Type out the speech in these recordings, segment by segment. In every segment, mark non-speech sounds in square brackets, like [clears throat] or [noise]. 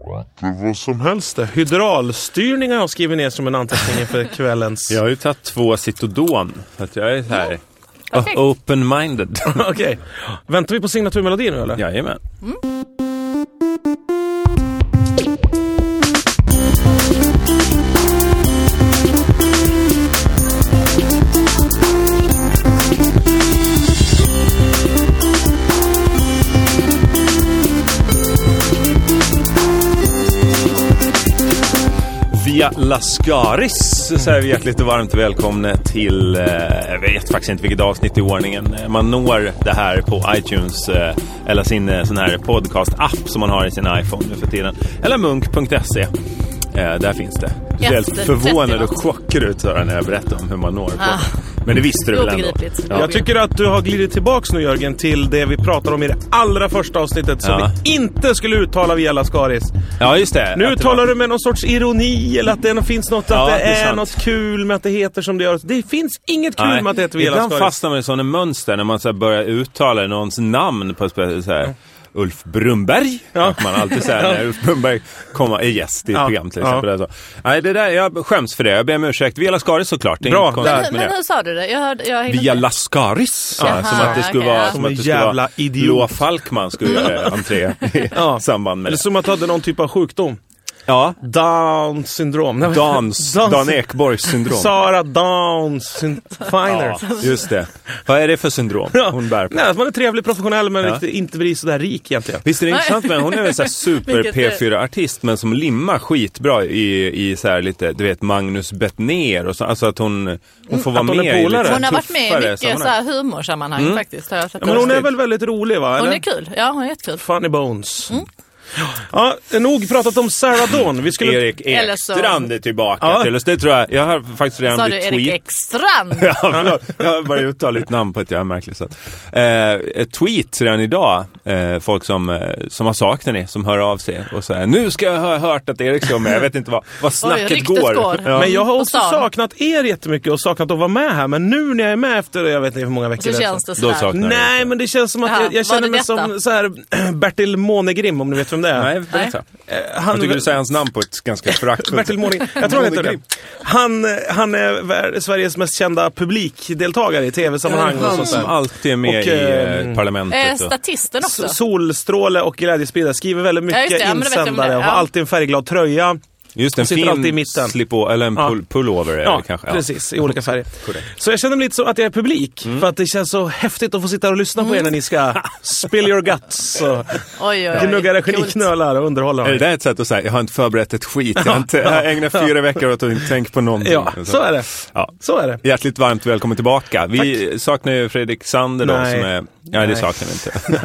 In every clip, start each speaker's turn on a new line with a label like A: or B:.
A: Ja.
B: Vad som helst det. Hydraulstyrning har jag skrivit ner som en anteckning
C: [laughs]
B: inför kvällens...
C: Jag har ju tagit två Citodon. Så att jag är så här
A: perfekt.
C: o- open-minded.
B: [laughs]
C: [laughs]
B: Okej. Väntar vi på signaturmelodin nu eller?
C: Jajamän. Via Lascaris säger vi hjärtligt och varmt välkomna till, eh, jag vet faktiskt inte vilket avsnitt i ordningen, Eh, man når det här på iTunes eh, eller sin eh, sån här podcast-app som man har i sin iPhone nu för tiden. Eller munk.se, eh, där finns det. Du ser helt
A: Efter
C: förvånad
A: 30
C: och
A: något.
C: chockad ut Sara, när jag berättar om hur man når.
A: Ah.
C: Men det visste du väl ändå?
A: Obegripligt.
C: Ja.
B: Jag tycker att du har glidit tillbaks nu Jörgen till det vi pratade om i det allra första avsnittet som
C: Ja.
B: vi inte skulle uttala via Lascaris.
C: ja, just det.
B: Nu
C: Att det
B: talar
C: var-
B: du med någon sorts ironi eller att det finns något,
C: Ja,
B: att det,
C: det är
B: är,
C: sant.
B: något kul med att det heter som det gör. Det finns inget kul med att det heter via
C: Ibland
B: Lascaris.
C: fastnar man i sådana mönster när man så här börjar uttala någons namn på ett speciellt så här. Ulf Brumberg, ja. man
B: [laughs]
C: alltid säger när Ulf Brumberg kommer, är gäst i ett
B: Ja.
C: program till
B: Ja.
C: exempel. Alltså. Nej, det där, jag skäms för det. Jag ber om ursäkt. Via Lascaris såklart. Det är
B: Bra,
C: inget konstigt
A: Men,
C: med
A: men
C: det.
A: hur sa du det? Jag hörde... Jag hinner
C: Via
A: inte.
C: Lascaris.
A: Jaha,
C: Ja, som att det skulle
A: okej,
C: vara...
A: ja.
C: Som att
B: Som en
C: det skulle
B: jävla
C: vara
B: idiot.
C: Loa Falkman skulle göra entré i
B: [laughs] Ja.
C: samband med
B: Eller
C: det.
B: som att du hade någon typ av sjukdom.
C: Ja,
B: Down syndrom. Nej, men- [laughs]
C: Dans,
B: Downs-
C: Dan Ekborgs syndrom.
B: Sara Downs syn- Finer.
C: Ja, just det. Vad är det för syndrom hon bär på?
B: Nej, att man är trevlig, professionell men
C: Ja.
B: riktigt inte blir sådär rik egentligen.
C: Visst är det intressant med Hon är väl så
B: [laughs]
C: här super
B: eh,
A: Vilket är-
C: P4-artist men som limmar skitbra i, i så här lite, du vet Magnus Bettner och så, alltså att hon, hon får vara
B: Mm, hon är
C: med i
B: polare.
C: lite
A: Hon har varit med i
C: tuffare Mm.
A: mycket så
C: sammanhang.
A: här humorsammanhang faktiskt. Har jag sett
B: Ja, men hon är
C: Lustigt.
B: väl väldigt rolig va?
A: hon
B: eller?
A: är kul. Mm. Ja, hon är jättekul.
B: Funny Bones. Ja, nog pratat om Sarah Dawn. Vi skulle...
C: Erik
A: Eller så-
C: Ekstrand är tillbaka
B: Ja.
C: till oss. Det tror jag. Jag har faktiskt
A: Sa
C: redan
A: du Erik
C: retweetat.
A: Ekstrand?
C: [laughs] Ja, förlåt. jag har bara uttalat ditt namn på ett jävla märkligt sätt. Eh, ett tweet redan idag, eh, folk som, eh, som har saknat er, som hör av sig och säger nu ska jag ha hört att Erik ska vara med, jag vet inte vad, vad snacket
A: ryktet
C: går.
A: går.
C: Ja.
B: Men jag har
A: Och
B: också
A: Sara.
B: saknat er jättemycket och saknat att vara med här. Men nu när jag är med efter, jag vet inte hur många veckor
A: Så
B: det är
A: känns
B: sedan.
A: det
C: Då
A: sådär.
C: saknar jag er.
B: Nej, men det känns som att
A: Jaha,
B: jag, jag
A: var
B: känner
A: det
B: mig
A: detta?
B: som så här, [clears throat] Bertil Månegrim, om ni vet vem det är.
C: Nej, berätta.
B: Eh, han,
C: Jag tycker du säger hans namn på ett
B: [laughs]
C: ganska föraktfullt
B: Bertil Månegrim. Jag tror han heter det. Han, eh, han är vär- Sveriges mest kända publikdeltagare i tv-sammanhang och
C: Han
B: sånt
C: som
B: där.
C: alltid är med
B: Och,
C: i
B: ehm,
C: eh,
A: Eh,
C: parlamentet. och-
A: statisten också.
B: S- Solstråle och Glädjespridare skriver väldigt
A: Ja,
B: mycket
A: just det. Ja, men det vet jag om
B: insändare
A: det.
B: och
A: Ja.
B: har alltid en färgglad tröja.
C: Just en
B: sitter alltid i
C: fin
B: mitten.
C: slip-o- eller en
B: Ja.
C: pull- pullover är
B: Ja,
C: det kanske.
B: precis. I olika
C: [laughs]
B: färger. Så jag känner mig lite som att jag är publik.
C: Mm.
B: För att det känns så häftigt att få sitta och lyssna på er när ni ska
C: [laughs]
B: spill your guts och
A: Oj, oj, oj.
B: gnugga era
A: Coolt.
B: geniknölar och underhålla
C: Ja. Är det
B: mig.
C: där ett sätt att säga, jag har inte förberett ett skit, jag har inte, jag ägnat fyra veckor åt att inte tänka på någonting.
B: Ja, så är det.
C: Ja.
B: Så är det.
C: Hjärtligt varmt välkommen tillbaka. Vi saknar ju Fredrik Sander då
B: Nej.
C: som är... Nej, det
B: [laughs] Nej.
C: saknar vi inte.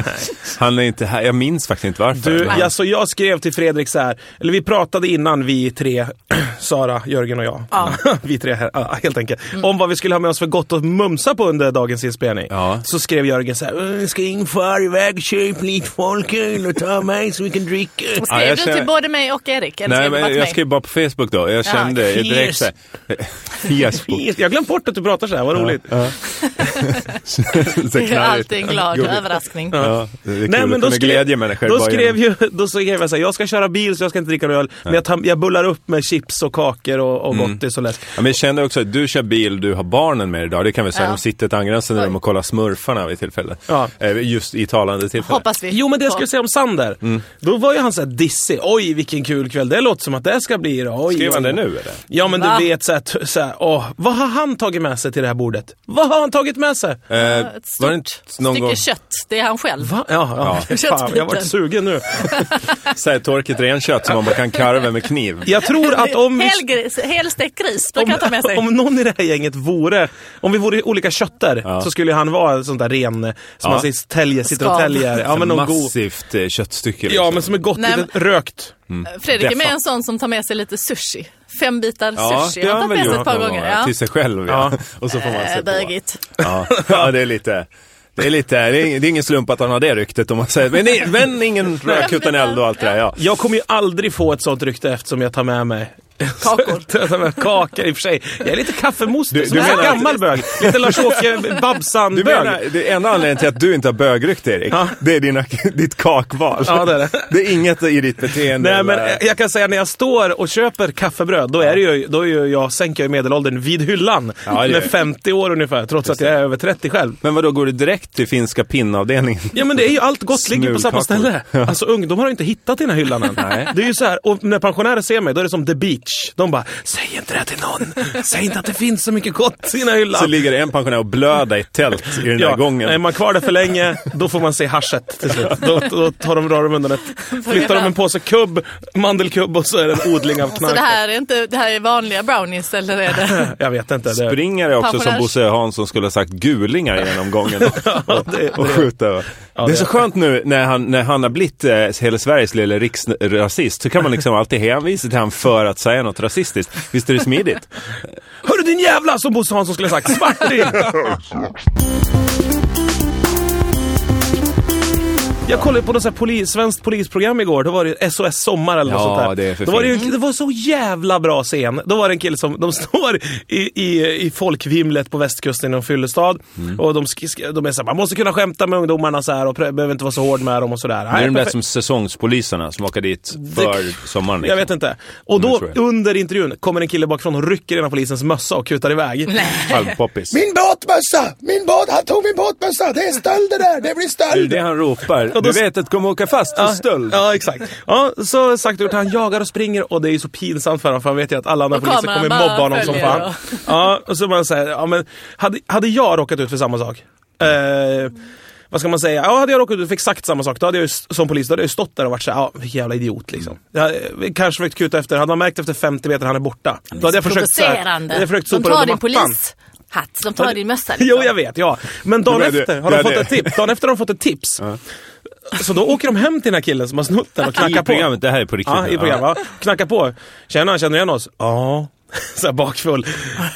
C: Han är inte här, jag minns faktiskt inte varför.
B: Du,
C: Men-
B: jag, så jag skrev till Fredrik så här, eller vi pratade innan vi tre, [clears throat] Sara, Jörgen och jag,
A: Ja.
B: [laughs] vi tre här, ja, helt enkelt, om vad vi skulle ha med oss för gott att mumsa på under dagens inspelning.
C: Ja.
B: Så skrev Jörgen så här, "Eh, ska införa iväg, köp lite folköl och ta mig så vi kan
C: [laughs]
B: dricka.
A: Skrev
C: Ja, jag
A: du
C: känner-
A: till både mig och Erik? Eller
C: Nej,
A: skrev du bara
C: men
A: till
C: jag
A: mig?
C: skrev bara på Facebook då. Jag kände
B: fierce.
C: direkt så här, [laughs] Facebook.
B: Jag har glömt bort att du pratar så här, vad roligt.
C: [laughs] så
A: Det är alltid en glad
C: Gulligt.
A: överraskning.
C: Ja, det är kul
B: Nej, men
C: att
B: då
C: kunna
B: skrev,
C: glädja människor.
B: då
C: bara
B: skrev,
C: genom-
B: ju, [laughs] då skrev jag så här, jag ska köra bil så jag ska inte dricka öl, men jag, tar, jag bullar upp med chips och kakor och, och
C: Mm.
B: gottis och läsk.
C: Ja, men jag kände också att du kör bil, du har barnen med idag. Det kan vi säga,
A: Ja.
C: de sitter ett angränsande rum och kollar Smurfarna vid tillfälle.
B: Ja.
C: Eh, Just i talande tillfälle.
A: Hoppas vi.
B: Jo men det jag
A: på.
B: skulle säga om Sander,
C: Mm.
B: då var ju han såhär dissig. Oj vilken kul kväll, det låter som att det ska bli idag. Oj,
C: Skrev han
B: oj.
C: det nu eller?
B: Ja men
A: Va?
B: du vet såhär, t- såhär åh, vad har han tagit med sig till det här bordet? Vad har han tagit med sig?
C: Eh,
A: Ett stort
C: var det inte någon
A: stycke
C: gång,
A: kött. Det är han själv.
B: Va? Ja, ja. Fan, jag vart sugen nu.
C: så här torkigt renkött som man kan karva med kniv?
B: Jag tror att om vi...
A: Helgris, helstekt gris brukar han ta med sig.
B: om någon i det här gänget vore, om vi vore olika kötter
C: Ja.
B: så skulle han vara en sån där ren som
C: Ja.
B: man säger, täljer, sitter och
A: Skal.
B: täljer. Ja men, någon god,
C: Alltså, massivt eh, köttstycke.
B: ja
C: liksom.
B: men som är gott,
A: Nej,
B: lite rökt.
A: Fredrik är med
C: Deffa.
A: en sån som tar med sig lite sushi. Fem bitar sushi.
C: det har
A: Han
C: han väl
A: tar med sig
C: gjort
A: ett par
C: någon
A: gånger.
C: gång, ja.
A: Ja.
C: Till sig själv ja.
B: Ja.
C: [laughs] Och så får man se
A: Eh,
C: på.
A: Bögigt.
C: Ja. ja, det är lite... Det är, lite, det, är, det är ingen slump att han har det ryktet om man säger. Men, nej, men ingen rök utan eld och allt det där. Ja.
B: [laughs] Jag kommer ju aldrig få ett sånt rykte eftersom jag tar med mig
A: kakor.
B: Kakor i och för sig. Jag är lite kaffemos.
C: Du-
B: Du,
C: du
B: du
C: menar-
B: menar... gammal bög. Lite
C: [laughs]
B: Lars-Åke
C: Du menar,
B: Babsan-bög.
C: det enda anledningen till att du inte har bögrykte Erik,
B: Ja.
C: det är dina, [laughs] ditt kakval.
B: Ja, det är det.
C: är inget i ditt beteende.
B: Nej, men
C: eller-
B: jag kan säga när jag står och köper kaffebröd, då, är det ju, då är ju jag, sänker jag ju medelåldern vid hyllan.
C: Ja, det gör
B: med
C: jag.
B: 50 år ungefär, trots att jag är över 30 själv.
C: men vadå, går du direkt till finska pinnavdelningen?
B: Ja men det är ju allt gott ligger på samma
C: Smulkakor.
B: ställe. Alltså ungdomar har inte hittat den här hyllan än.
C: Nej.
B: Det är ju så här, och när pensionärer ser mig då är det som the beach. De bara, säg inte det här till någon. Säg inte att det finns så mycket gott i den här hyllan.
C: Så ligger det en pensionär och blöder i ett tält i den där gången.
B: är man kvar där för länge, då får man se haschet till slut. Då, då tar de, drar de undan ett, flyttar de en påse kubb, mandelkubb och så är det en odling av
A: Så
B: knark.
A: det här, är inte, det här är vanliga brownies eller är det?
B: Jag vet inte. Det,
C: Springare också som
A: Pensionärs-
C: Bosse Hansson skulle ha sagt gulingar genom gången.
B: [laughs] ja, det,
C: och
B: det,
C: skjuta över. det är
B: det
C: så
B: är-
C: skönt nu när han, när han har blivit eh, hela Sveriges lilla riksrasist så kan man liksom alltid hänvisa till han för att säga något rasistiskt. Visst är det smidigt?
B: Hörru din jävla som Bosse Hansson skulle ha sagt, svarting! Jag kollade på något så här polis, svenskt polisprogram igår, då var det SOS Sommar eller något
C: Ja,
B: sånt där.
C: det är för
B: då var det, ju, det var så jävla bra scen. Då var det en kille som, de står i, i, i folkvimlet på västkusten i någon fyllestad
C: Mm.
B: och de, sk- sk- de är såhär, man måste kunna skämta med ungdomarna så här och prö- behöver inte vara så hård med dem och sådär.
C: Det är de där
B: perfekt.
C: som säsongspoliserna som åker dit för sommaren.
B: Jag
C: Liksom.
B: vet inte. Och
C: det
B: då
C: tror jag.
B: under intervjun kommer en kille bakifrån och rycker i ena polisens mössa och kutar iväg.
C: Halvpoppis.
D: Min båtmössa! Min båt, han tog min båtmössa! Det är stöld det där! Det blir
C: Det är
D: stöld!
C: det han ropar.
B: då-
C: Du vet att du kommer åka fast för stöld.
B: Ja, exakt. Ja, så sagt och gjort. Han jagar och springer och det är ju så pinsamt för honom för han vet ju att alla andra
A: Och
B: poliser
A: kameran
B: kommer
A: bara
B: mobba honom som
A: följer
B: fan. Ja, och så man säger, ja men hade, hade jag råkat ut för samma sak? Eh, vad ska man säga? Ja, hade jag råkat ut för exakt samma sak, då hade jag ju, st- som polis, då hade jag ju stått där och varit såhär, ja, vilken jävla idiot liksom. Jag hade, eh, kanske försökt kuta efter, hade man märkt efter 50 meter han är borta. Då hade [laughs] jag försökt, så här- jag hade försökt
A: De
B: sopa
A: tar
B: under
A: din
B: mattan.
A: polishatt, de tar din mössa. liksom.
B: [laughs] Jo, jag vet. Ja. Men dagen
C: Du menar,
B: efter har
C: du
B: de fått
C: menar-
B: ett tips. Dagen efter har de fått ett tips. Så då åker de hem till den här killen som har snott den och
C: I
B: knackar på.
C: programmet, det här är på riktigt.
B: Ja,
C: nu.
B: i programmet. Ja. Knackar på. Tjena, känner du igen oss? Ja. [laughs] Så här bakfull.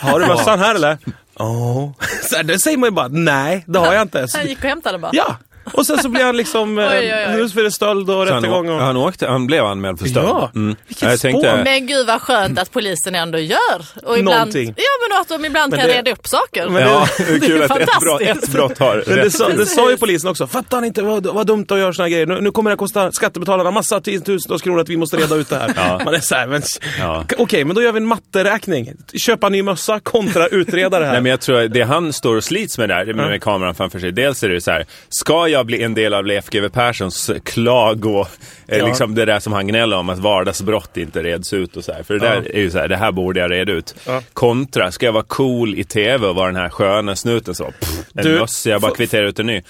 B: Har du mössan här eller? Ja. [laughs] Så här, då säger man ju bara nej, det har jag inte. Så,
A: Han gick och hämtade bara.
B: ja. Och sen så blir han liksom... eh,
A: Oj, oj, oj.
B: Nu för det stöld och
C: Så han,
B: rättegång.
C: å-
B: Och...
C: han, åkte, han blev anmäld för stöld. Mm.
B: Ja, vilket
C: Jag tänkte,
B: spår.
A: Men gud vad skönt att polisen ändå gör. Och ibland,
B: Någonting.
A: Ja men att de ibland
B: Men
A: kan
B: det-
A: reda upp saker.
B: Men
C: Ja,
B: [laughs] det-
C: det är kul
A: det är
C: att ett brott, ett
A: fantastiskt.
C: brott har
B: Men det,
C: rätt.
B: sa, det sa ju polisen också. Fattar ni inte vad, vad dumt att göra såna här grejer? Nu, nu kommer det att kosta skattebetalarna massa tiotusentals kronor att vi måste reda ut det här. Man är så här, men,
C: Ja.
B: Okej, men då gör vi en matteräkning. Köpa ny mössa kontra utreda det här.
C: [laughs] Nej, men jag tror att det han står och slits med där, med, med kameran framför sig, dels är det ju så här, ska jag bli en del av Leif GW Perssons klago, eh,
B: Ja.
C: liksom det där som han gnäller om, att vardagsbrott inte reds ut och så här, för det där är ju så här, det här borde jag reda ut.
B: Ja.
C: Kontra, ska jag vara cool i TV och vara den här sköna snuten så, pff, en
B: Du,
C: mössa, jag bara
B: f-
C: kvitterar ut en ny.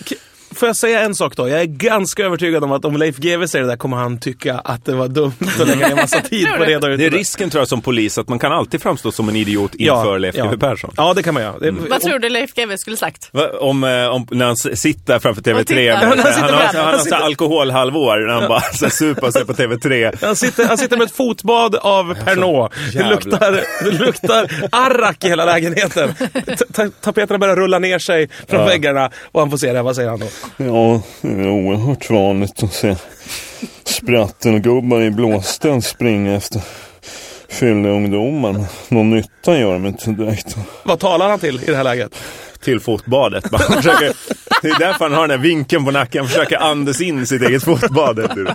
B: Får jag säga en sak då? Jag är ganska övertygad om att om Leif GW säger det där kommer han tycka att det var dumt att lägga ner massa tid
C: [laughs]
B: på att reda ut
C: Det är
B: där.
C: risken tror jag som polis, att man kan alltid framstå som en idiot inför Leif GW Persson. Mm.
B: Ja, det kan man göra. Det-
A: Vad tror du Leif GW skulle sagt?
C: Va, Om, eh, om, när han s- sitter framför TV3.
A: Han tittar.
C: Han,
A: Han
C: han,
A: sitter
C: har,
A: framför.
C: han har
B: Han
C: så här alkoholhalvår när han bara så här supar sig på TV3.
B: Han sitter, han sitter med ett fotbad av
C: Alltså,
B: Pernod. Det
C: jävla-
B: luktar, det luktar arrak i hela lägenheten. Ta- ta- Tapeterna börjar rulla ner sig från väggarna och han får se det. här. Vad säger han då?
E: Ja, det är oerhört vanligt att se spratten och gubbar i blåsten springa efter fylleungdomar. Men Någon nytta gör de inte direkt.
B: Vad talar han till i det här läget?
C: Till fotbadet. Bara Han [laughs] försöker, det är därför han har den där vinkeln på nacken. Han försöker andas in sitt eget fotbad. vet du.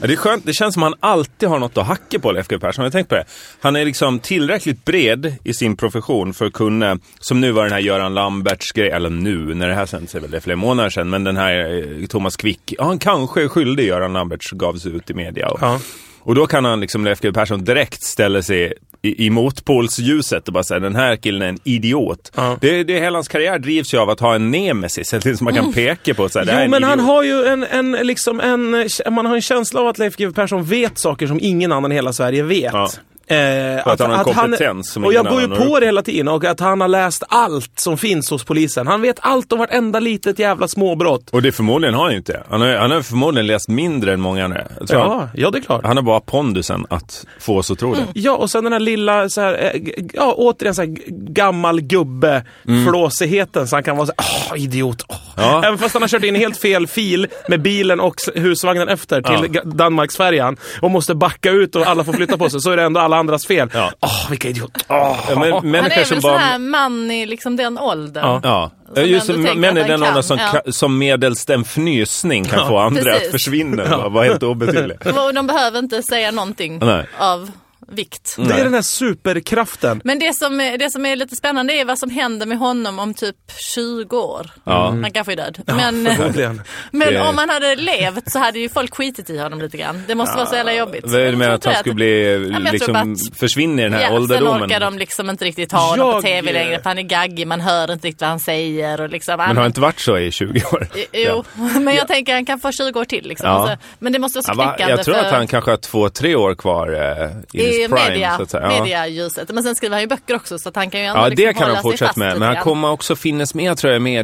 C: Ja, det är skönt. Det känns som att han alltid har något att hacka på, Leif GW Persson. Har du tänkt på det? Han är liksom tillräckligt bred i sin profession för att kunna, som nu var den här Göran Lamberts grej, eller nu, när det här sänds är väl det flera månader sedan, men den här eh, Thomas Quick, ja, han kanske är skyldig Göran Lamberts gavs ut i media. Och,
B: Ja.
C: och då kan han, liksom Leif GW Persson, direkt ställa sig i, i motpolsljuset och bara säga den här killen är en idiot.
B: Ja.
C: Det, det, hela hans karriär drivs ju av att ha en nemesis, en till som man kan peka på. Så här, det här är
B: Mm. Jo,
C: en
B: men han
C: idiot.
B: har ju en, en, liksom en, man har en känsla av att Leif GW Persson vet saker som ingen annan i hela Sverige vet.
C: Ja.
B: Eh,
C: att han har en kompetens som
B: och
C: ingen
B: jag går ju
C: annan har
B: på det hela tiden och att han har läst allt som finns hos polisen. Han vet allt om vartenda litet jävla småbrott.
C: Och det förmodligen har han ju inte. Han har, han har förmodligen läst mindre än många andra. Jag tror han,
B: Ja, Mm. ja, det är klart.
C: han har bara pondusen att få oss att tro det.
B: Ja, och sen den här lilla, så här, eh, g- ja, återigen så här g- gammal gubbe flåsigheten så han kan vara så här, åh, idiot. Åh.
C: Mm. Ja.
B: Även fast han har kört in i helt fel fil med bilen och s- husvagnen efter till
C: Ja.
B: ja. Danmarksfärjan och måste backa ut och alla får flytta på sig så är det ändå alla andras fel.
C: Ja.
B: Åh, vilka idiot. Åh.
C: Ja, men,
A: Han
C: människor
A: är väl
C: som
A: sån
C: bara...
A: här man i liksom den åldern.
B: Ja.
C: Ja,
A: Som
C: just
A: ändå tänker
C: män
A: att
C: i
A: han
C: den
A: kan.
C: åldern som,
A: Ja.
C: ka- som medelst en fnysning kan få andra
A: precis.
C: att försvinna. Ja. Var helt
A: [laughs]
C: obetydlig.
A: Och de behöver inte säga någonting
C: Nej.
A: av vikt.
B: Det är den här superkraften.
A: Men det som, är- det som är lite spännande är vad som händer med honom om typ 20 år.
C: Ja.
A: Han kanske är död.
C: [laughs]
A: Men,
B: Verkligen.
A: men
C: Det-
A: om han hade levt så hade ju folk skitit i honom lite grann. Det måste vara så jävla jobbigt.
C: Vad är det med
A: Jag
C: att
A: tror
C: han
A: inte
C: skulle
A: det.
C: bli,
A: men jag tror
C: liksom,
A: att-
C: försvinna i den här
A: Ja, sen
C: ålderdomen?
A: orkar de liksom inte riktigt ha honom på
B: Jag-
A: tv längre för han är gaggig, man hör inte riktigt vad han säger. Och liksom,
C: Men har det inte varit så i 20 år?
A: Jo, [laughs] men jag tänker han kan få 20 år till. Liksom.
C: Ja.
A: Alltså, men det måste vara så
C: Ja, va?
A: knäckande.
C: Jag tror
A: för...
C: att han kanske har två, tre år kvar eh, i
A: i
C: his prime.
A: media,
C: så att säga. Ja.
A: medialjuset. Men sen skriver han ju böcker också så att han kan ju ändå
C: Ja,
A: liksom
C: det kan
A: hålla
C: han
A: sig
C: fortsätta
A: fast
C: med.
A: lite
C: Men han
A: grann.
C: kommer också finnas med tror jag, i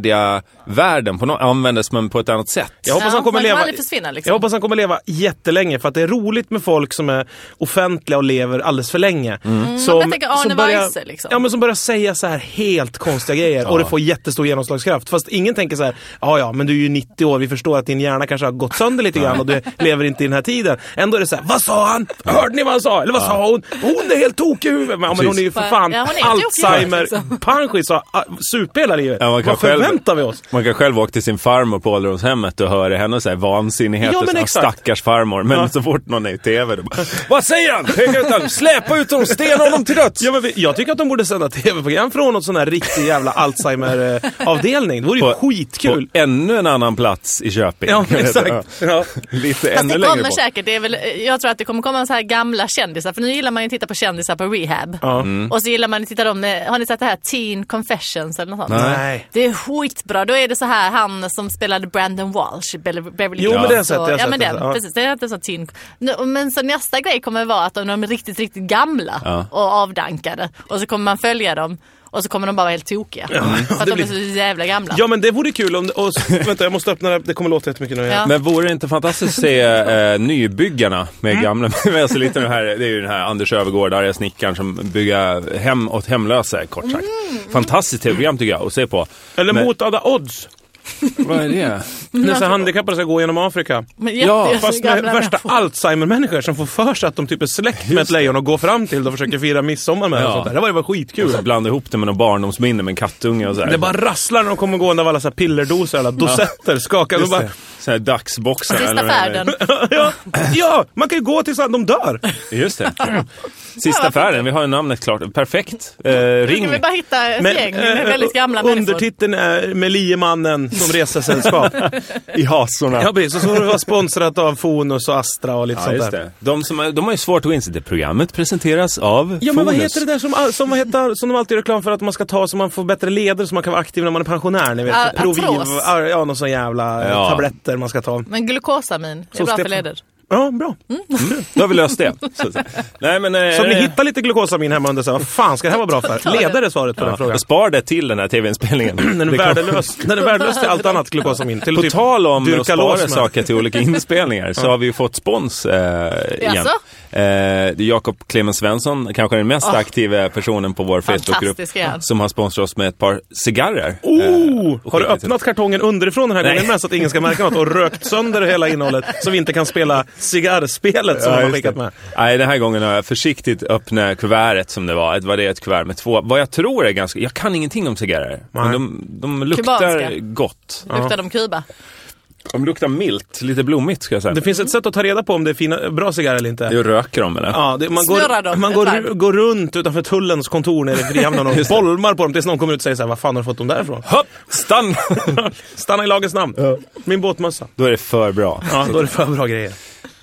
C: mediavärlden. På no- användas men på ett annat sätt.
B: Jag hoppas
A: Ja,
B: han kommer
A: man kan
B: leva...
A: aldrig försvinna, liksom.
B: Jag hoppas han kommer leva jättelänge för att det är roligt med folk som är offentliga och lever alldeles för länge.
C: Mm.
B: Som,
A: man Mm. tänker Arne Weise, liksom.
B: ja, men som börjar säga så här helt konstiga grejer och det får jättestor genomslagskraft. Fast ingen tänker så här, ja ja, men du är ju 90 år, vi förstår att din hjärna kanske har gått sönder lite grann och
C: [laughs]
B: du lever inte i den här tiden. Ändå är det så här, vad sa han? Hörde ni vad han sa? Eller vad sa hon? Hon är helt tokig i huvudet! Men, Ja, men hon är ju för fan
A: Ja, hon är helt tokig i huvudet, liksom.
B: Alzheimer-panschis och ah, super hela livet.
C: Ja, man kan
B: vad
C: själv-
B: förväntar vi oss?
C: Man kan själv åka till sin farmor på ålderdomshemmet och höra henne säga vansinnigheter.
B: Ja, men
C: som, "Ah,
B: exakt."
C: stackars farmor. Men
B: Ja.
C: så fort någon är i TV, då bara, Vad säger han? Peka ut honom, släpa ut honom, stena honom till döds!
B: Ja, men vi, jag tycker att de borde sända tv-program från någon sån här riktig jävla Alzheimer-avdelning. Det vore ju skitkul.
C: På ännu en annan plats i
B: [laughs]
C: Köping.
B: Ja, exakt. Ja.
C: Lite
A: Fast
C: ännu
A: det
C: längre
A: kommer
C: bort.
A: säkert. Det är väl, jag tror att det kommer komma så här gamla kändisar. För nu gillar man ju att titta på kändisar på rehab.
B: Ja. Mm.
A: Och så gillar man att titta dem. med- Har ni sett det här Teen Confessions eller något sånt?
B: Nej.
A: Det är skitbra. Då är det så här han som spelade Brandon Walsh i Be- Beverly
B: Jo,
A: Hills.
B: men den sätter
A: Och-
B: jag,
A: Ja, men
B: sätter
A: den.
B: jag. Ja.
A: Precis, det är inte så teen. Nu- Men så nästa grej kommer vara att om de är riktigt, riktigt gamla och avdankade och så kommer man följa dem och så kommer de bara vara helt tokiga. För att de är så jävla gamla.
B: Ja, men det vore kul om... Och, vänta, jag måste öppna det här. Det kommer låta jättemycket nu.
A: Ja.
B: igen.
C: Men vore det inte fantastiskt att se eh, nybyggarna med gamla... [laughs] Men jag ser lite nu här, det är ju den här Anders Övergård, arga snickaren som bygger hem åt hemlösa, kort sagt. Fantastiskt tv-program tycker jag att se på.
B: Eller
C: Men-
B: mot alla odds.
C: Vad är det?
B: När så handikappade ska gå genom Afrika.
A: Men
C: Ja,
A: jätte-
B: Fast med
A: gamla
B: värsta
A: människor.
B: Alzheimer-människor som får för sig att de typ är släkt med ett lejon och går fram till det och försöker fira midsommar med det
C: Ja.
B: och sånt där. Det var ju bara skitkul.
C: Så blanda ihop det med någon barndomsminne med en kattunge och så här.
B: Det bara rasslar när de kommer gående av alla så här pillerdoser, alla dosetter, skakar. De bara,
C: Så här dagsboxar.
A: Sista
C: eller-
A: färden.
B: ja, ja, man kan ju gå tills de dör.
C: Just det. Sista färden, vi har ju namnet klart. Perfekt. Eh,
A: Nu ska
C: ring.
A: vi bara hitta ett
B: Men,
A: gäng med
B: eh,
A: väldigt gamla
B: och-
A: människor.
B: Undertiteln är med liemannen som
C: [laughs]
B: resesällskap.
C: I hasorna.
B: ja, precis. Och så var det vara sponsrat av Fonus och Astra och lite
C: Ja,
B: sånt
C: just
B: där.
C: det. De, som, är- de har ju svårt att gå inse det. Programmet presenteras av
B: Ja, men vad
C: Fonus.
B: heter det där som, all- som, vad heter, som de alltid gör reklam för att man ska ta så man får bättre leder så man kan vara aktiv när man är pensionär? Ni vet,
A: Ah, artros.
B: ar- ja, någon sån jävla eh,
C: Ja.
B: tabletter man ska ta.
A: Men glukosamin är
B: Så
A: bra
B: ska-
A: för leder.
B: Ja, bra.
C: Då har vi löst det. Så, att säga. nej, men, eh,
B: Så om ni hittar lite glukosamin hemma under så här, vad fan ska det här vara bra för? Ledare är svaret på den
C: Ja,
B: frågan.
C: och spar det till den här
B: [clears throat]
C: tv-inspelningen.
B: Den är
C: Det kan-
B: värdelös, den är värdelös till allt annat glukosamin. Till
C: På
B: typ
C: tal om att
B: dyrka
C: spara
B: lås med.
C: saker
B: [laughs]
C: till olika inspelningar så har vi ju fått spons eh, igen.
A: Jaså?
C: Eh, det är Jakob Clemens Svensson, kanske den mest aktiva personen på vår Facebookgrupp,
A: Fantastisk är han.
C: som har sponsrat oss med ett par cigarrer. Eh,
B: Oh! Har du
C: skickat till-
B: öppnat kartongen underifrån den här
C: Nej.
B: gången med så att ingen ska märka något och rökt sönder hela innehållet så vi inte kan spela cigarrspelet som
C: Ja,
B: de har
C: just
B: skickat
C: det.
B: med?
C: Nej, den här gången har jag försiktigt öppnat kuvertet som det var. Det var det ett kuvert med två, vad jag tror är ganska, jag kan ingenting om cigarrer. Men
B: Nej.
C: de, de luktar
A: Kubanska.
C: gott.
A: Luktar de Kuba?
C: De luktar milt, lite blommigt ska jag säga.
B: Det finns ett sätt att ta reda på om det är fina, bra cigarrer eller inte.
C: Jag röker dem eller?
B: Ja, det, man går,
A: Snurrar dem
B: man
A: ett
B: går,
A: varv.
B: går runt utanför tullens kontor nere i Frihamnen
C: [laughs]
B: och bolmar på dem tills någon kommer ut och säger så här, vad fan har du fått dem därifrån?
C: Hopp, stanna!
B: Stanna i lagens namn. Min båtmössa.
C: [laughs] Då är det för bra.
B: Ja, då är det för bra grejer.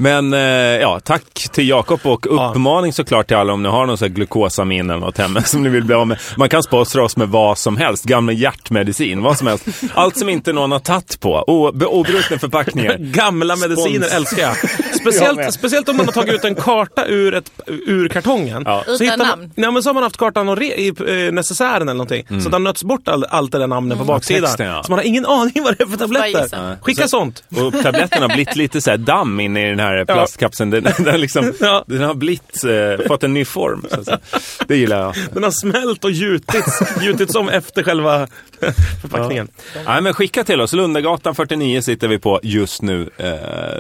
C: Men eh, ja, tack till Jakob och uppmaning såklart till alla om ni har någon sån här glukosamin eller något hemma [laughs] som ni vill bli av med. Man kan sponsra oss med vad som helst, gamla hjärtmedicin, vad
B: [laughs]
C: som helst. Allt som inte någon har tagit på, O- obrutna förpackningar.
B: [laughs] Gamla mediciner
C: Spons.
B: älskar jag. Speciellt, speciellt om man har tagit ut en karta ur, ett, ur kartongen.
C: Ja.
B: Så
A: Utan
B: hittar man,
A: namn.
B: Nej, men så har man haft kartan och re, i eh, necessären eller någonting. Så att den nöts bort all, allt det där namnet på baksidan.
C: texten, Mm. ja.
B: Så man har ingen aning vad det är för
A: gissa.
B: tabletter.
A: Nej.
B: Skicka sånt.
C: [laughs] Och tabletterna har blivit lite så här damm inne i den här plastkapseln. Den, den, liksom,
B: Ja.
C: den har blivit, eh, fått en ny form. Så att säga. Det gillar jag.
B: Den har smält och gjutits,
C: [laughs]
B: gjutits om efter själva [laughs] förpackningen.
C: Nej, men skicka till oss. Lundagatan 49 sitter vi på just nu, eh,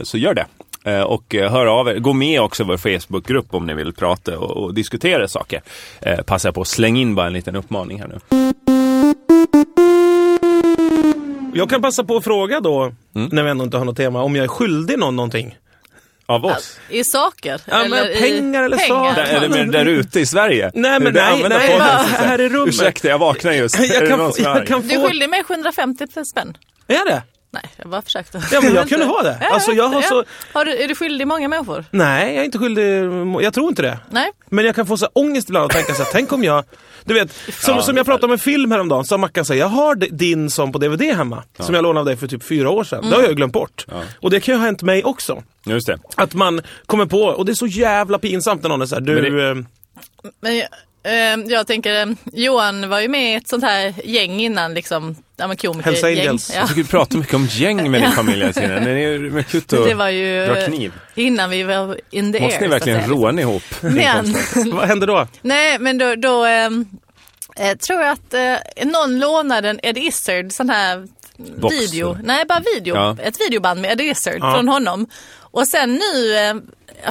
C: så gör det. Eh, Och eh, hör av er. Gå med också i vår Facebookgrupp om ni vill prata och, och diskutera saker. Eh, Passa på att släng in bara en liten uppmaning här nu.
B: Jag kan passa på att fråga då,
C: Mm.
B: när vi ändå inte har något tema, om jag är skyldig någon någonting.
C: Av oss?
A: I saker?
B: Ja, men pengar eller
C: Där,
B: saker.
A: saker?
C: eller men där ute i Sverige?
B: Nej, men
C: Det
B: nej,
C: använda
B: nej,
C: podden,
B: bara
C: så att säga.
B: här i rummet.
C: Ursäkta, jag vaknade just. [laughs] Är
B: [laughs] Jag
C: det
B: kan,
C: någon
B: få-
C: som är arg?
B: jag kan
A: Du är
B: få...
A: skyldig mig 750 spänn.
B: Är det?
A: Nej, jag bara försökte.
B: Ja, men jag
A: [laughs]
B: kunde vara det.
A: Ja, jag
B: Alltså,
A: vet
B: jag
A: det.
B: har så-
A: Har du, är du skyldig många människor?
B: Nej, jag är inte skyldig. Jag tror inte det.
A: Nej.
B: Men jag kan få så här ångest ibland och tänka så här, tänk om jag... Du vet, som, som jag pratade om en film häromdagen, sa Mackan så här, jag har d- din som på DVD hemma, som jag lånade av dig för typ fyra år sedan. Det har jag glömt bort. Och det kan ju ha hänt mig också.
C: Just det.
B: Att man kommer på, och det är så jävla pinsamt när någon är så här, du...
C: Men det-
B: eh,
A: Men jag, eh, jag tänker, eh, Johan var ju med i ett sånt här gäng innan liksom, ja men komiker
B: Hells
A: gäng.
B: Angels.
A: Ja.
C: Jag tycker du pratar mycket om gäng med din familj hela tiden. Det är ju mycket att
A: Det var ju
C: dra kniv.
A: innan vi var in the air.
C: Måste ni
A: så att
C: verkligen
A: säga.
C: råna ihop?
A: Men,
B: eh, Vad händer då?
A: nej men då, då ehm, eh, tror jag att eh, någon lånade en Ed Izzard sån här
C: Box,
A: video,
C: eller?
A: nej bara video,
C: Ja.
A: ett videoband med Ed Izzard från honom. Och sen nu, eh,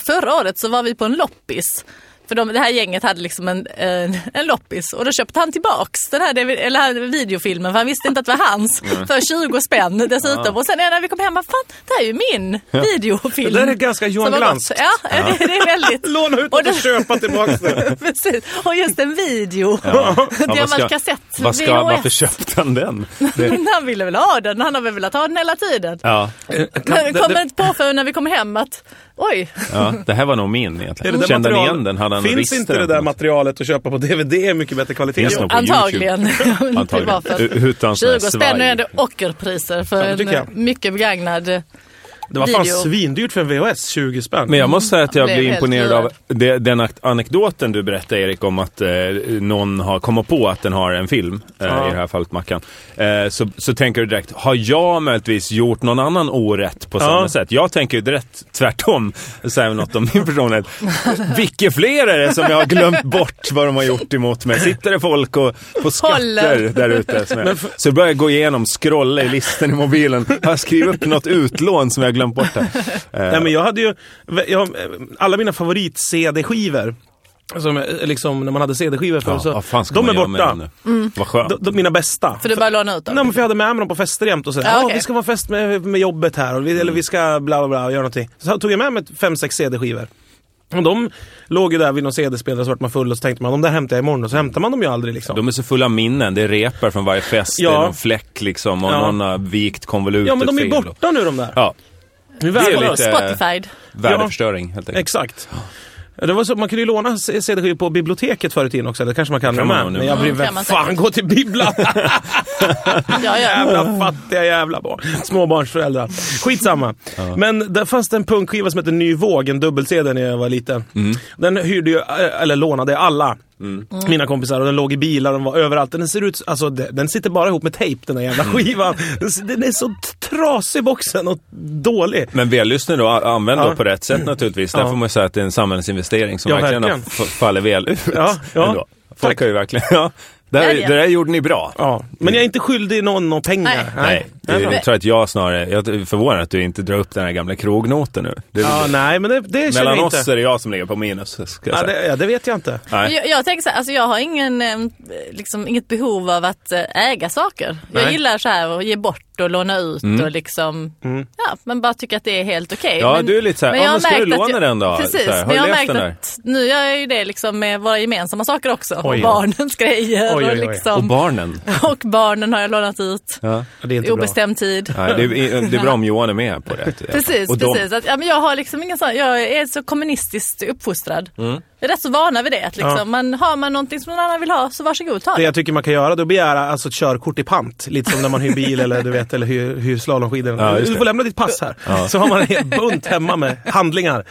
A: förra året så var vi på en loppis. För de, det här gänget hade liksom en, en, en loppis och då köpte han tillbaks den här, DV- eller här videofilmen för han visste inte att det var
C: [laughs]
A: hans för 20 spänn dessutom. Och sen när vi kom hem, vad fan det här är ju min videofilm.
B: Det där är ganska Johan
A: Som har
B: Glans.
A: gått- Ja, [laughs] Det, det är väldigt.
B: Låna ut
A: Och
B: och,
A: det-
B: köpa tillbaka det.
A: [laughs] Precis, och just en video.
C: Ja,
A: det
C: vad
A: var
C: ska-
A: en kassett,
C: Vad ska, varför
A: VHS.
C: köpte han den? Det,
A: [laughs] Men han ville väl ha den, han har väl velat ha den hela tiden.
C: ja,
A: Men vi
B: det-
A: kommer
B: det-
A: inte på förrän när vi kommer hem att oj,
C: ja, det här var nog
B: [laughs]
C: min
B: Är
C: egentligen.
B: det där
C: Kände ni
B: material-
C: igen den? Hade han
B: Finns
C: rister
B: inte det
C: den på
B: där
C: något
B: materialet att köpa på DVD i mycket bättre kvalitet?
C: Finns nog. på
A: antagligen. [laughs] det var
C: Antagligen.
A: för
C: U- Utan sån här
A: 20 spänn nu
C: svaj.
A: är det ockerpriser för
B: Ja, det tycker
A: en eh,
B: jag.
A: mycket begagnad.
B: Det var fan
A: Video.
B: svindyrt för en VHS, 20 spänn.
C: Men jag måste säga att jag
A: Mm. Det är
C: blir
A: helt
C: imponerad av
A: rörd.
C: det- den ak- anekdoten du berättade Erik om att eh, någon har kommit på att den har en film, eh, i det här fallet Mackan. Eh, så, så tänker du direkt, har jag möjligtvis gjort någon annan orätt på samma sätt? Jag tänker ju direkt tvärtom, säger något om min personlighet. Vilka fler är det som jag har glömt bort vad de har gjort emot mig? Sitter det folk och, på skatter
A: Håller.
C: där ute? som jag- Så börjar jag gå igenom, scrolla i listan i mobilen. Har jag skrivit upp något utlån som jag har glömt bort här? Eh,
B: Nej, men jag hade ju, jag, alla mina favorit-CD-skivor, som eh, liksom när man hade CD-skivor förr,
C: Ja,
B: så
C: vad fan ska
B: de
C: man
B: är
C: göra med
B: borta.
C: dem nu?
A: Mm.
C: Vad skönt.
B: De, de, mina bästa.
A: För du bara låna ut dem.
B: Nej, men för jag hade med mig dem på fester jämt och sådär.
A: Ja,
B: Ja,
A: okej.
B: vi ska vara fest med, med jobbet här, och vi, eller
C: Mm.
B: vi ska bla bla bla och göra någonting. Så tog jag med mig fem, sex CD-skivor. Och de låg ju där vid någon CD-spelare så vart man full och så tänkte man de där hämtar jag imorgon och så hämtar man dem ju aldrig liksom.
C: De är så fulla av minnen. Det är repar från varje fest.
B: Ja.
C: Det är någon fläck liksom och
B: Ja.
C: någon har vikt konvolutet
B: ja men de är
C: fel.
B: borta nu de där.
C: Ja,
B: Nu
C: det är
B: väl-
C: lite-
A: Spotify.
C: värdeförstöring helt enkelt.
B: Exakt. Det var så, man kunde ju låna c- CD-skivor på biblioteket förr i tiden också, eller kanske man kan nu
C: Kan man
B: med.
C: nog nu.
B: Men jag blir
A: Mm, kan
B: vem
A: man
B: fan
A: säkert.
B: gå till bibblan?
A: [laughs] Ja,
B: [laughs]
A: ja.
B: jävla fattiga jävla barn. Småbarnsföräldrar. Skitsamma. Men där fanns det en punkskiva som hette Ny Våg, en dubbel-CD när jag var liten.
C: Mm.
B: Den hyrde ju, eh, eller lånade jag alla. Mina kompisar och den låg i bilar, den var överallt. Den ser ut, alltså de- den sitter bara ihop med tejp den där jävla
C: Mm.
B: skivan. Den är så trasig boxen och dålig.
C: Men vällyssnad då, a- använd då
B: Ja.
C: på rätt sätt naturligtvis. Där
B: Ja.
C: får man ju säga att det är en samhällsinvestering som
B: Ja,
C: verkligen, har
B: verkligen.
C: f- fallit väl ut.
B: Ja, ja.
C: ändå. Folk
B: Tack.
C: har ju verkligen, ja. Det, här,
A: Ja, ja.
C: det där gjorde ni bra.
B: Ja. Men jag är inte skyldig någon några pengar.
A: Nej.
C: Nej, det, jag tror att jag snarare, jag är förvånad att du inte drar upp den här gamla krognoten nu. Det,
B: Ja, eh, nej, men det, det känner
C: mellan
B: jag
C: oss
B: inte.
C: är det jag som ligger på minus, ska jag
B: Ja,
C: säga.
B: det, ja, det vet jag inte.
C: Nej.
A: Jag, jag tänker så här, alltså jag har ingen, eh, liksom, inget behov av att eh, äga saker. Jag
B: Nej.
A: gillar så här att ge bort och låna ut och liksom,
B: Mm.
A: ja, men bara tycka att det är helt okej.
C: Mm. Ja,
A: men,
C: du är lite så här, ja,
A: jag
C: men
A: har
C: ska du
A: märkt att
C: låna
A: jag-
C: den då?
A: Precis,
C: Så här, har
A: men
C: du
A: jag har
C: levt
A: märkt
C: den där?
A: att nu gör jag ju det liksom med våra gemensamma saker också.
B: Oj,
A: och
B: ja.
A: barnens grejer
B: Oj, oj, oj.
A: Och, liksom,
C: Och barnen.
A: [laughs] och, barnen har jag lånat ut
C: Ja.
B: Det är
A: i
B: inte bra.
A: obestämd tid.
C: Nej, det,
A: [laughs]
C: är, det är bra om Johan är med på det.
A: Precis,
C: och Mm.
A: precis. Att, ja, men jag, har liksom ingen sån, jag är så kommunistiskt uppfostrad. är rätt så vana vid det. Att liksom,
B: Ja.
A: man, har man någonting som någon annan vill ha så varsågod ta
B: Det
A: det.
B: jag tycker man kan göra det är att begära alltså, ett körkort i pant. Lite som när man hyr bil eller, du vet, eller hyr, hyr slalomskidor.
C: Ja, just
B: du
C: det.
B: får lämna ditt pass här. Så har man en hel bunt hemma med handlingar.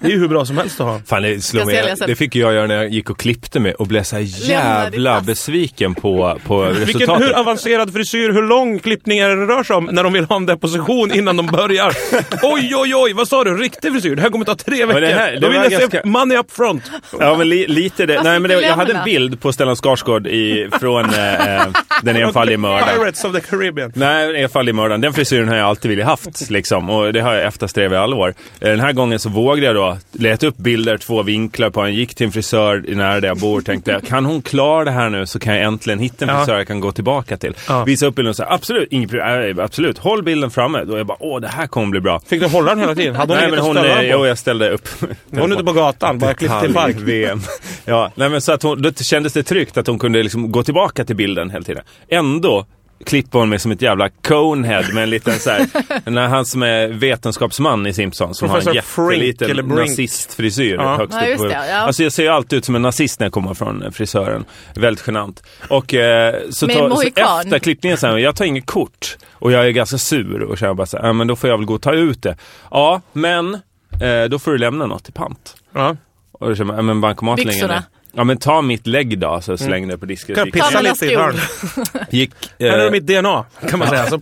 B: Det är ju hur bra som helst att ha.
C: Fan, det, slog
A: Ska
C: mig.
A: sälja sen.
C: det fick ju jag göra när jag gick och klippte mig och blev så här jävla
A: ditt pass.
C: besviken på, på
B: Vilken,
C: resultatet.
B: hur avancerad frisyr, hur lång klippning är det det rör sig om när de vill ha en deposition innan de börjar? Oj, oj, oj, vad sa du? Riktig frisyr? Det här kommer ta tre veckor.
C: det här- det
B: de vill
C: var
B: jag se
C: ganska-
B: money up front.
C: Ja, men li, lite det.
A: Varför
C: Nej, men det, jag hade en
A: Alltså, dilemma?
C: bild på Stellan Skarsgård i, från eh, eh,
A: [laughs]
C: Den enfaldige mördaren.
B: Pirates of the Caribbean.
C: Nej, enfaldig mördaren. Den frisyren har jag alltid velat haft. Liksom. Och det har jag eftersträvat i alla år. Eh, Den här gången så vågade jag då leta upp bilder, två vinklar på en. Gick till en frisör nära där jag bor
B: [laughs]
C: och tänkte, kan hon klara det här nu så kan jag äntligen hitta en
B: Ja.
C: frisör jag kan gå tillbaka till.
B: Ja.
C: Visa upp bilden och säga, absolut, inget, problem. Eh, absolut, håll bilden framme. Då jag bara, åh, det här kommer bli bra.
B: Fick du hålla den hela tiden? Hade hon
C: Nej, men
B: inget att
C: hon,
B: ställa
C: eh,
B: den på?
C: jo, jag ställde upp.
B: Hon är ute på gatan, bara klippt till
C: [laughs]
B: park.
C: VM. Ja, nej, men så att hon, då kändes det tryggt att hon kunde liksom gå tillbaka till bilden hela tiden. Ändå klipper hon mig som ett jävla conehead med en liten
B: [laughs]
C: så här, när han som är vetenskapsman i Simpsons som har en
B: Professor Frink
C: jätteliten
B: eller Brink.
C: nazistfrisyr
B: Ja.
C: högst
A: Ja,
C: upp
A: just
C: på-
A: det, ja.
C: Alltså jag ser ju alltid ut som en nazist när jag kommer från eh, frisören. Väldigt genant. Och eh, så,
A: Med
C: tar- så
A: mohikan.
C: efter klippningen så här, jag tar inget kort och jag är ganska sur och känner bara så här, "Ja, men då får jag väl gå och ta ut det. Ja, men eh, då får du lämna något i pant.
B: Ja.
C: Och då känner man, ja, men bankomatlängen.
A: Byxorna.
C: Ja men ta mitt lägg då, så släng det på disket.
B: Mm. Kan jag
C: Gick-
B: pissa
A: Pamela
B: lite i ett hörn?
C: Gick,
B: Här är
C: eh,
B: mitt DNA, kan man säga.
C: [laughs]
B: Så,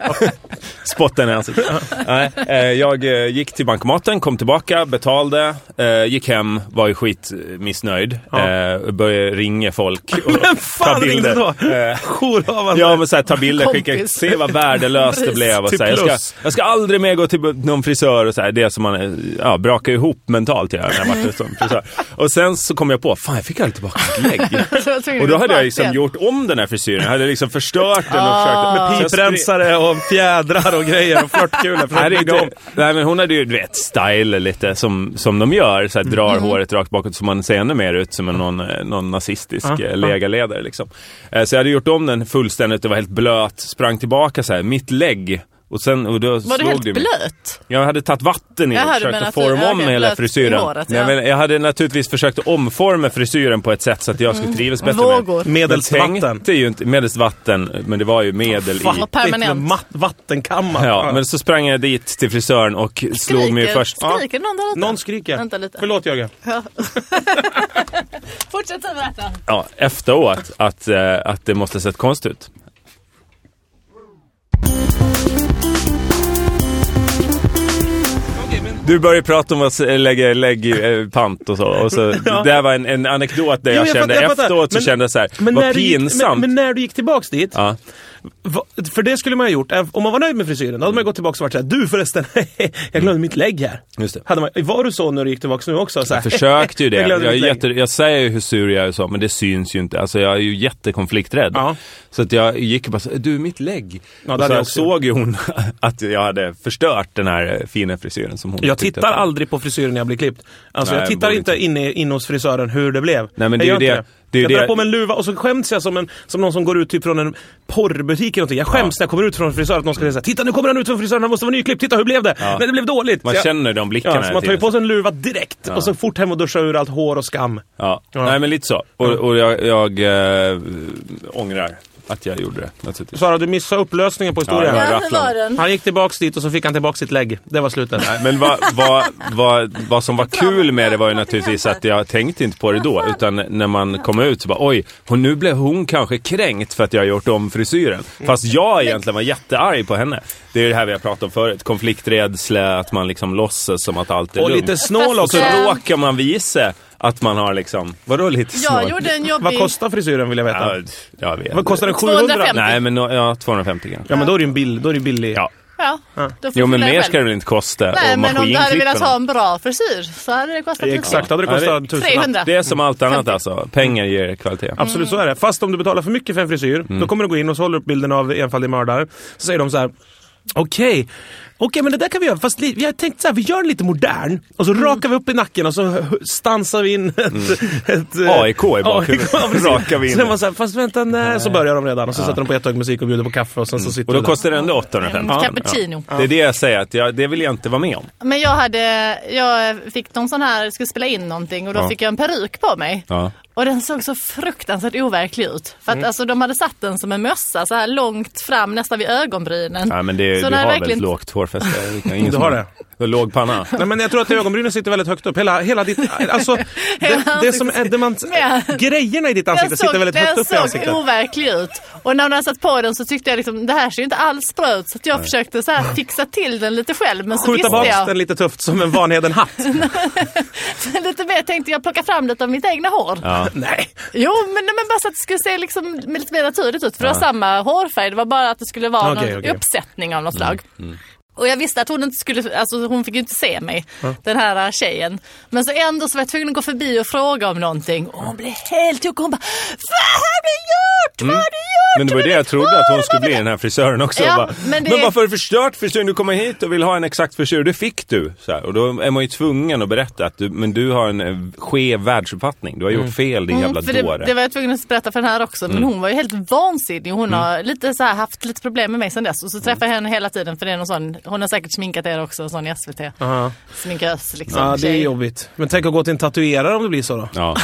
C: spotten
B: [laughs]
C: i ansiktet. Nej, eh, jag eh, gick till bankomaten, kom tillbaka, betalade, eh, gick hem, var ju skitmissnöjd.
B: Ja.
C: Eh, började ringa folk.
B: [laughs]
C: och
B: men
C: ta
B: fan ringde
C: bilder.
B: då?
C: Eh,
B: Jourhavande.
C: Ja men såhär ta bilder,
A: Kompis.
C: skicka, se vad värdelöst det
A: Precis.
C: blev. Och
B: Till
C: så här, jag,
B: plus.
C: ska, jag ska aldrig mer gå till b- någon frisör och såhär, det som man eh, ja, brakar ihop mentalt gör när jag varit hos en frisör. Och sen så kom jag på, fan jag fick aldrig tillbaka mitt lägg.
A: Så [laughs] jag tror
C: Och då
A: det
C: hade
A: var
C: jag liksom
A: fel.
C: gjort om den här frisyren. Jag hade liksom förstört den
A: Ah.
C: och försökt...
B: Med piprensare och fjädrar och grejer och flörtkulor.
C: Nej,
B: Försökte
C: det är
B: bygga om.
C: inte, nej, men hon hade ju, du vet, style lite som, som de gör.
A: Mm.
C: Så här, drar håret rakt bakåt så man ser ännu mer ut som en någon, eh, någon nazistisk
B: Ja,
C: eh,
B: ja.
C: legaledare. Liksom. Eh, Så jag hade gjort om den fullständigt och var helt blöt. Sprang tillbaka så här, mitt lägg. Och sen, och då
A: Var
C: slog
A: du helt
C: det mig.
A: blöt?
C: Jag hade tagit vatten i
A: Jaha,
C: och
A: du
C: försökt
A: menar
C: att
A: att du-
C: forma
A: ja,
C: om
A: okej,
C: hela
A: blöt
C: frisyren.
A: håret,
C: Nej,
A: ja.
C: men jag hade naturligtvis försökt att omforma frisyren på ett sätt så att jag skulle trivas bättre
A: Mm. Vågor.
C: med
B: Medelst
C: Men
B: vatten.
C: Tänkte ju inte, medelst vatten, men det var ju medel i.
A: Vad permanent.
B: Med matt- Vattenkammar.
C: Ja, men så sprang jag dit till frisören och slog mig
A: Skriker,
C: först.
A: skriker någon där ute?
B: Någon skriker.
A: Vänta lite.
B: Förlåt Jörgen.
A: Fortsätt att berätta.
C: Ja, efteråt att, eh, att det måste ha sett konstigt ut. Du började prata om att eh, lägga lägg i eh, pant och så.
B: [laughs]
C: Och så Det här var en, en anekdot där
B: Jo,
C: jag,
B: jag
C: kände
B: fattar, jag fattar.
C: efteråt så
B: Men-
C: kände jag så här,
B: när
C: vad
B: du gick, men,
C: pinsamt.
B: men när du gick tillbaks dit,
C: Ja.
B: va, för det skulle man ha gjort. Om man var nöjd med frisyren, då hade man gått tillbaka och varit såhär, du förresten, [laughs] jag glömde mitt lägg här.
C: Just det.
B: Hade man, var du så när du gick tillbaka nu också? Så här,
C: Jag [laughs]
B: [laughs]
C: försökte ju det.
B: Jag
C: Jag,
B: glömde
C: är
B: mitt lägg.
C: jätte, jag säger ju hur sur jag är och så, men det syns ju inte. Alltså jag är ju jättekonflikträdd.
B: Ja.
C: Så att jag gick och bara, så, du mitt lägg.
B: det
C: och
B: hade
C: så
B: jag
C: jag
B: också
C: såg ju hon [laughs] att jag hade förstört den här eh, fina frisyren som hon
B: Jag
C: tyckte
B: tittar
C: att-
B: aldrig på frisyren när jag blir klippt. Alltså
C: Nej,
B: jag tittar
C: borde
B: inte
C: inte.
B: in, i- in hos frisören hur det blev.
C: Nej, men det är
B: jag
C: ju
B: gör
C: det.
B: inte
C: Det är ju
B: jag
C: det.
B: drar på mig en luva och så skäms jag som, en, som någon som går ut typ från en porrbutik eller någonting. Jag skäms när jag kommer ut från frisören att någon ska säga såhär, Titta nu kommer han ut från frisören, han måste vara nyklippt, titta hur blev det?
C: Ja.
B: Men det blev dåligt.
C: Man
B: Så jag,
C: känner de blickarna
B: ja, så
C: hela
B: man tar ju
C: tiden.
B: på sig en luva direkt och så fort hem och duscha ur allt hår och skam.
C: Ja.
B: Ja.
C: Nej, men lite så. Och, och jag, jag äh, ångrar att jag gjorde det naturligtvis.
B: Sara, du missade upplösningen på
C: Ja,
B: historien.
C: det
A: Ja, hur
C: rafflan.
A: var den?
B: Han gick tillbaks dit och så fick han tillbaks sitt lägg. Det var slutet.
C: Men vad vad vad vad som var kul med det var ju naturligtvis att jag tänkte inte på det då. Utan när man kom ut så bara oj, och nu blev hon kanske kränkt för att jag har gjort om frisyren. Fast jag egentligen var jättearg på henne. Det är ju det här vi har pratat om förut. Konflikträdsla, att man liksom låtsas som att allt är
B: Och
C: lugnt.
B: lite snål
C: Och så
B: också.
A: Fast, eh,
C: råkar man visa att man har liksom, vadå lite snål?
A: Jag gjorde en
B: Vad
A: jobbig...
B: kostar frisyren vill jag veta.
C: Ja, jag vet.
B: Vad kostar den? 700?
A: 250.
C: Nej, men nå- ja, 250 kanske.
B: Ja men då är det ju en bild, då är det ju billig.
C: Ja.
A: Ja, då får
C: Jo,
A: du
C: men
A: välja
C: mer
A: själv.
C: ska det väl inte kosta?
A: Nej,
C: och
A: men om du hade velat ha
C: maskinklipparna.
A: en bra frisyr så hade det kostat lite.
B: Exakt, hade det
C: Ja, det-
B: kostat tusen
A: 300.
C: Det är som allt annat alltså. Pengar ger kvalitet.
B: Absolut, så är det. Fast om du betalar för mycket för
C: Mm.
B: en frisyr, då kommer du gå in och så håller du upp bilden av enfaldig mördare. Så säger de så här. Okej, Okej, men det där kan vi göra. Fast li- jag tänkte så här, vi gör den lite modern. Och så rakar vi upp i nacken och så stansar vi in ett... ett eh,
C: AIK Mm. i bakhuvudet.
B: ja, precis.
C: Rakar vi in
B: Så
C: det.
B: man så här, fast vänta, nej. Så börjar de redan och så sätter de på jättehög musik och bjuder på kaffe och sen så sitter
C: Mm. Och då
B: vi
C: kostar det ändå 850.
A: En cappuccino.
C: Ja. Det är det jag säger, att jag, det vill jag inte vara med om.
A: Men jag, hade, jag fick någon sån här, skulle spela in någonting och då
C: Ja.
A: fick jag en peruk på mig.
C: Ja.
A: Och den såg så fruktansvärt overklig ut. För att
B: Mm.
A: alltså, de hade satt den som en mössa så här långt fram nästan vid ögonbrynen.
C: Nej, men det,
A: så
C: du
A: den
C: har
A: verkligen-
C: väldigt lågt hårfäste. [laughs] Det kan ingen
B: Du
C: som-
B: har det?
C: Du har låg [laughs] panna.
B: Nej, men jag tror att ögonbrynen sitter väldigt högt upp. Hela, hela
A: [laughs]
B: ditt... Alltså, det, det som
A: ansiktet.
B: Edemans...
A: Men-
B: Grejerna i ditt
A: Den
B: ansikte sitter
A: såg,
B: väldigt högt
A: den
B: upp i
A: såg
B: ansiktet.
A: overklig ut. Och när hon hade satt på den så tyckte jag liksom, det här ser ju inte alls bra ut. Så att jag försökte så här fixa till den lite själv. Men så
B: Skjuta
A: visste
B: bak
A: jag,
B: den lite tufft som en Vanheden-hatt.
A: [laughs] lite mer tänkte jag plocka fram lite av mitt egna hår.
C: Ja.
B: [laughs] Nej.
A: Jo, men, nej, men bara så att det skulle se liksom lite mer naturligt ut. För det var samma hårfärg, det var bara att det skulle vara
B: Okej,
A: någon
B: okej. Mm,
A: uppsättning av något slag. Och jag visste att hon inte skulle, alltså hon fick ju inte se mig, den här äh, tjejen. Men så ändå så var jag tvungen att gå förbi och fråga om någonting. Och hon blev helt tokig. Hon bara, vad har du gjort?
B: Mm.
A: Vad har du gjort?
C: [laughs] Men det var det jag trodde, att hon skulle bli den här frisören också.
A: Ja,
C: Bara, men,
A: men det-
C: varför har du förstört frisyren? Du kommer hit och vill ha en exakt frisyr. Det fick du. Så här. Och då är man ju tvungen att berätta att du, men du har en eh, skev världsuppfattning. Du har gjort fel din jävla
A: Mm, för det,
C: dåre.
A: det var jag tvungen att berätta för den här också.
B: Mm.
A: Men hon var ju helt vansinnig. Hon har lite så här haft lite problem med mig sedan dess. Och så
B: Mm.
A: träffar jag henne hela tiden för det är någon sån, hon har säkert sminkat er också, en sån i SVT.
B: Ja,
A: Sminkös liksom.
B: Ja, det är
A: tjej.
B: jobbigt. Men tänk att gå till en tatuerare om det blir så då.
C: Ja.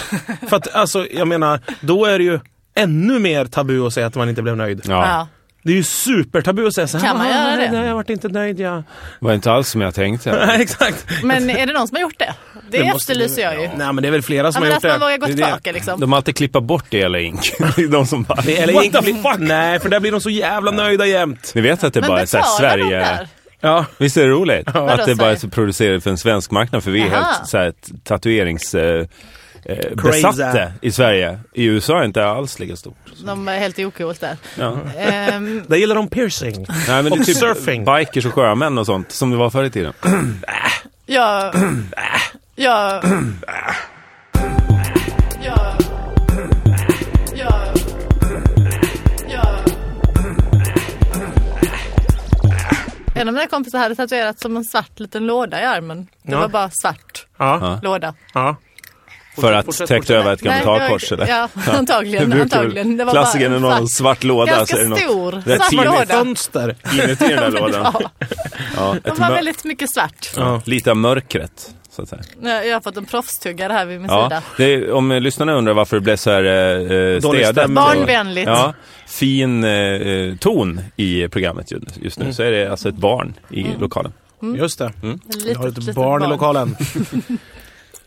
B: För att alltså, jag menar, då är det ju ännu mer tabu att säga att man inte blev nöjd.
C: [laughs] Ja.
A: Ja.
B: Det är ju supertabu att säga så här.
A: Kan man
B: "Ah,
A: göra det?"
B: Nej, jag varit inte nöjd. Ja. [laughs]
C: Det var inte alls som jag tänkte.
B: Nej, exakt.
A: Men är det någon som har gjort det? Det,
B: Det måste-
A: efterlyser jag ju.
B: Nej, men det är väl flera
A: Ja,
B: som
A: men
B: har gjort
A: att
B: det.
A: man vågar gå
B: Det är det.
A: tillbaka liksom.
C: De har alltid klippat bort det i alla ink. [laughs] Det är de som bara,
B: Det- Eller
C: What
B: inte
C: the
B: bli-
C: fuck?
B: Nej, för där blir de så jävla nöjda jämt.
C: Ni vet att det
A: Men
C: bara är så här
A: betalar de
C: Sverige...
A: där?
B: Ja.
C: Visst är det roligt? Att
A: Vadå,
C: det bara är
A: Sverige?
C: så producerat för en svensk marknad för vi är
A: Jaha.
C: helt så här, t- tatuerings... Eh, eh, besatta i Sverige. I USA är det inte alls lika stort.
A: De är helt ocoolt där.
C: Ja.
A: Ehm,
B: Där gillar de piercing.
C: Nej, men det är
B: Och
C: typ
B: surfing.
C: Bikers och sjömän och sånt, som det var förr i tiden.
A: jag... Jag... Jag... Jag... jag- En av mina kompisar hade tatuerat som en svart liten låda i armen. Det
B: Ja.
A: var bara svart
B: Ja.
A: låda.
B: ja.
C: För att
B: fortsätt,
C: täcka
B: fortsätt.
C: över ett gammalt
A: Nej, det var-
C: hakkors eller?
A: Ja,
C: Det
A: [laughs] antagligen.
C: brukar
A: antagligen. Det
C: väl-
A: var
C: Klassikern är
A: bara
C: någon svart låda.
A: Ganska
C: Så är det något
A: stor,
C: rätt
A: svart
C: tidigt
A: låda.
B: Fönster.
C: Inuti den där
A: [laughs] Ja, men
C: lådan.
A: ja.
C: Ja, ett
A: De var
C: mör-
A: väldigt mycket svart.
C: ja, Lite av mörkret. Så att säga.
A: Jag jag har fått en proffstuggare här vid min
C: Ja,
A: sida.
C: det är, om eh, lyssnarna undrar varför det blev så här eh, eh,
B: Dålig
C: städat.
B: stämning.
C: och-
A: Barnvänligt.
C: Ja, fin eh, eh, ton i programmet ju- just
B: Mm.
C: nu. Så är det alltså ett barn i
A: Mm.
C: lokalen.
B: Just det.
C: Mm.
B: Jag har ett
A: litet
B: barn, i
A: [laughs]
B: lokalen.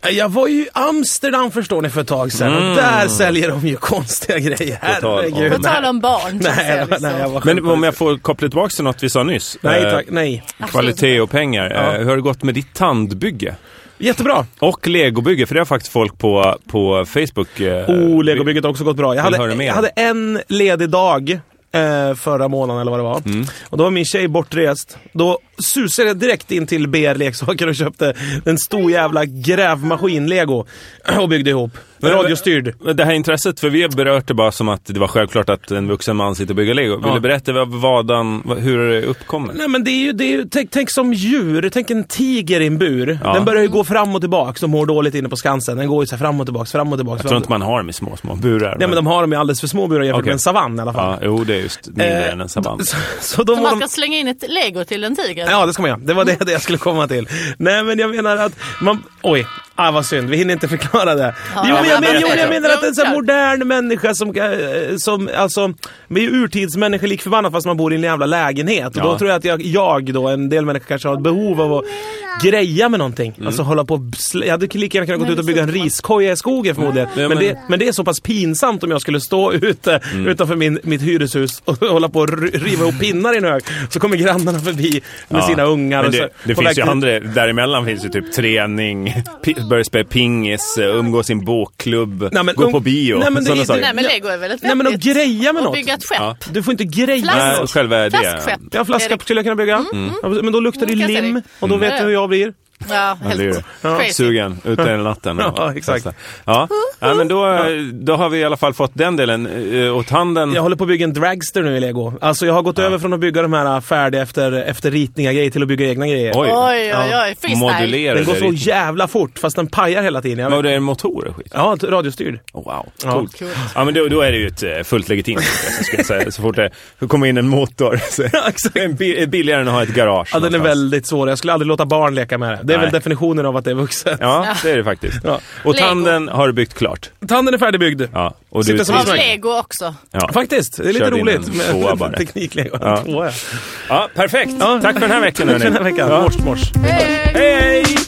B: Äh, Jag var ju i Amsterdam förstår ni för ett tag sedan och där säljer de ju konstiga grejer.
C: Mm. På tal om-
B: Herregud.
A: På tal om barn. så att säga,
B: Nej, nej,
A: liksom.
B: nej, jag var
C: Men om jag får koppla tillbaka till något vi sa nyss.
B: nej
C: eh,
B: tack, nej.
C: Kvalitet och pengar.
B: Ja.
C: Eh, hur har det gått med ditt tandbygge?
B: Jättebra.
C: Och legobygge, för det har faktiskt folk på, på Facebook. Eh,
B: Oh, legobygget har också gått bra. Jag
C: Vill höra
B: hade,
C: mer.
B: jag hade en ledig dag eh, förra månaden eller vad det var.
C: Mm.
B: Och då var min tjej bortrest. Då susade jag direkt in till BR Leksaker och köpte en stor jävla grävmaskin-lego och byggde ihop.
C: Men-
B: Radiostyrd.
C: Det här intresset, för vi har berört det bara som att det var självklart att en vuxen man sitter och bygger lego. Vill
B: Ja.
C: du berätta vad, vad den, vad- hur det uppkommer?
B: Nej men det är ju, det är ju tänk, tänk som djur, tänk en tiger i en bur.
C: Ja.
B: Den börjar ju gå fram och tillbaks och mår dåligt inne på Skansen. Den går ju så här fram och tillbaks, fram och tillbaks.
C: Jag tror inte man har dem i små, små burar.
B: Nej men de har dem i alldeles för små burar jämfört
C: Okej.
B: med en savann i alla fall.
C: Ja, jo, det är just mindre
B: Eh,
C: än en savann.
B: [laughs] Så, så då
A: Så
B: mår
A: man
B: de...
A: ska slänga in ett lego till en tiger?
B: Ja, det ska man göra. Det var det, [laughs] det jag skulle komma till. Nej, men jag menar att man... Oj, ah, vad synd. Vi hinner inte förklara det.
A: Ja,
B: jo, men
A: ja,
B: jag, men,
A: men-
B: jo, men jag menar att en sån här
A: Jo,
B: modern människa som... eh, som alltså, vi är ju urtidsmänniskor lik förbannat fast man bor i en jävla lägenhet. Och
C: Ja.
B: då tror jag att jag, jag då, en del människor kanske har ett behov av att greja med någonting.
C: Mm.
B: Alltså hålla på och sl- Jag hade lika gärna kunnat gå ut och bygga en riskoja i skogen förmodligen.
C: Ja,
B: men,
C: men- Mm.
B: det, men det är så pass pinsamt om jag skulle stå ute utanför min, mitt hyreshus och [laughs] hålla på och r- riva ihop pinnar i en hög. Så kommer grannarna förbi med
C: Ja.
B: sina ungar.
C: Men
B: och så,
C: det det
B: på
C: finns
B: väg
C: ju
B: till-
C: andra, däremellan finns ju typ träning, pi- börja spela pingis, eh, umgås i en bokklubb,
B: Nej, men
C: gå
B: ung-
C: på bio.
B: Nej, men det-
C: sådana
B: det-
C: saker.
A: Nej men lego är väl ett
B: Nej men att
A: vettigt.
B: greja med
A: Och
B: något.
A: bygga ett skepp.
C: Ja.
B: Du får inte greja
A: Flask.
B: med
C: Nej,
B: något.
C: själva är det.
A: Flaskskepp.
B: Ja, flaska
A: Erik.
B: skulle jag kunna bygga. Ja, men då luktar det
A: Mm, kan jag säga
B: lim
A: dig.
B: och då vet du hur jag blir.
A: Ja, helt
C: Eller hur?
A: crazy.
C: Sugen, ut hela natten.
B: [laughs] Ja, exakt.
C: Testa. Ja. ja, men då, eh, då har vi i alla fall fått den delen eh, åt handen.
B: Jag håller på att bygga en dragster nu i lego. Alltså jag har gått över från att bygga de här färdiga efter, efter ritningar grejer till att bygga egna grejer.
C: Oj,
A: Oj, oj, oj. Freestyle.
C: modulerar
B: Den går så
C: det.
B: jävla fort fast den pajar hela tiden. Jag
C: Men
B: vet.
C: det är en motor och skit?
B: Ja, t- radiostyrd.
C: Oh, wow,
B: Ja.
C: coolt. Ja, men då, då är det ju ett eh, fullt legitimt intresse, skulle jag säga. Så fort det det kommer in en motor. [laughs] Så
B: Ja, exakt.
C: det är bi- är billigare än att ha ett garage.
B: Ja, den är
C: någonstans.
B: väldigt svår. Jag skulle aldrig låta barn leka med det. Det är
C: Nej.
B: väl definitionen av att det är vuxen.
C: Ja, det är det faktiskt.
B: Ja.
C: Och
A: Lego.
C: tanden har du byggt klart.
B: Tanden är färdigbyggd.
C: Ja, och
B: Sitter som en
A: Av
B: smäck.
A: lego också.
C: Ja.
B: Faktiskt, det är lite
C: Körde in
B: roligt.
C: en tvåa
B: [laughs]
C: bara.
B: Tekniklego.
C: Ja.
B: En tvåa, ja.
C: ja, perfekt. Tack för den här veckan.
B: Tack för den här
C: hörni.
B: veckan.
C: Ja.
B: Mors, mors.
A: Hej!
C: Hej!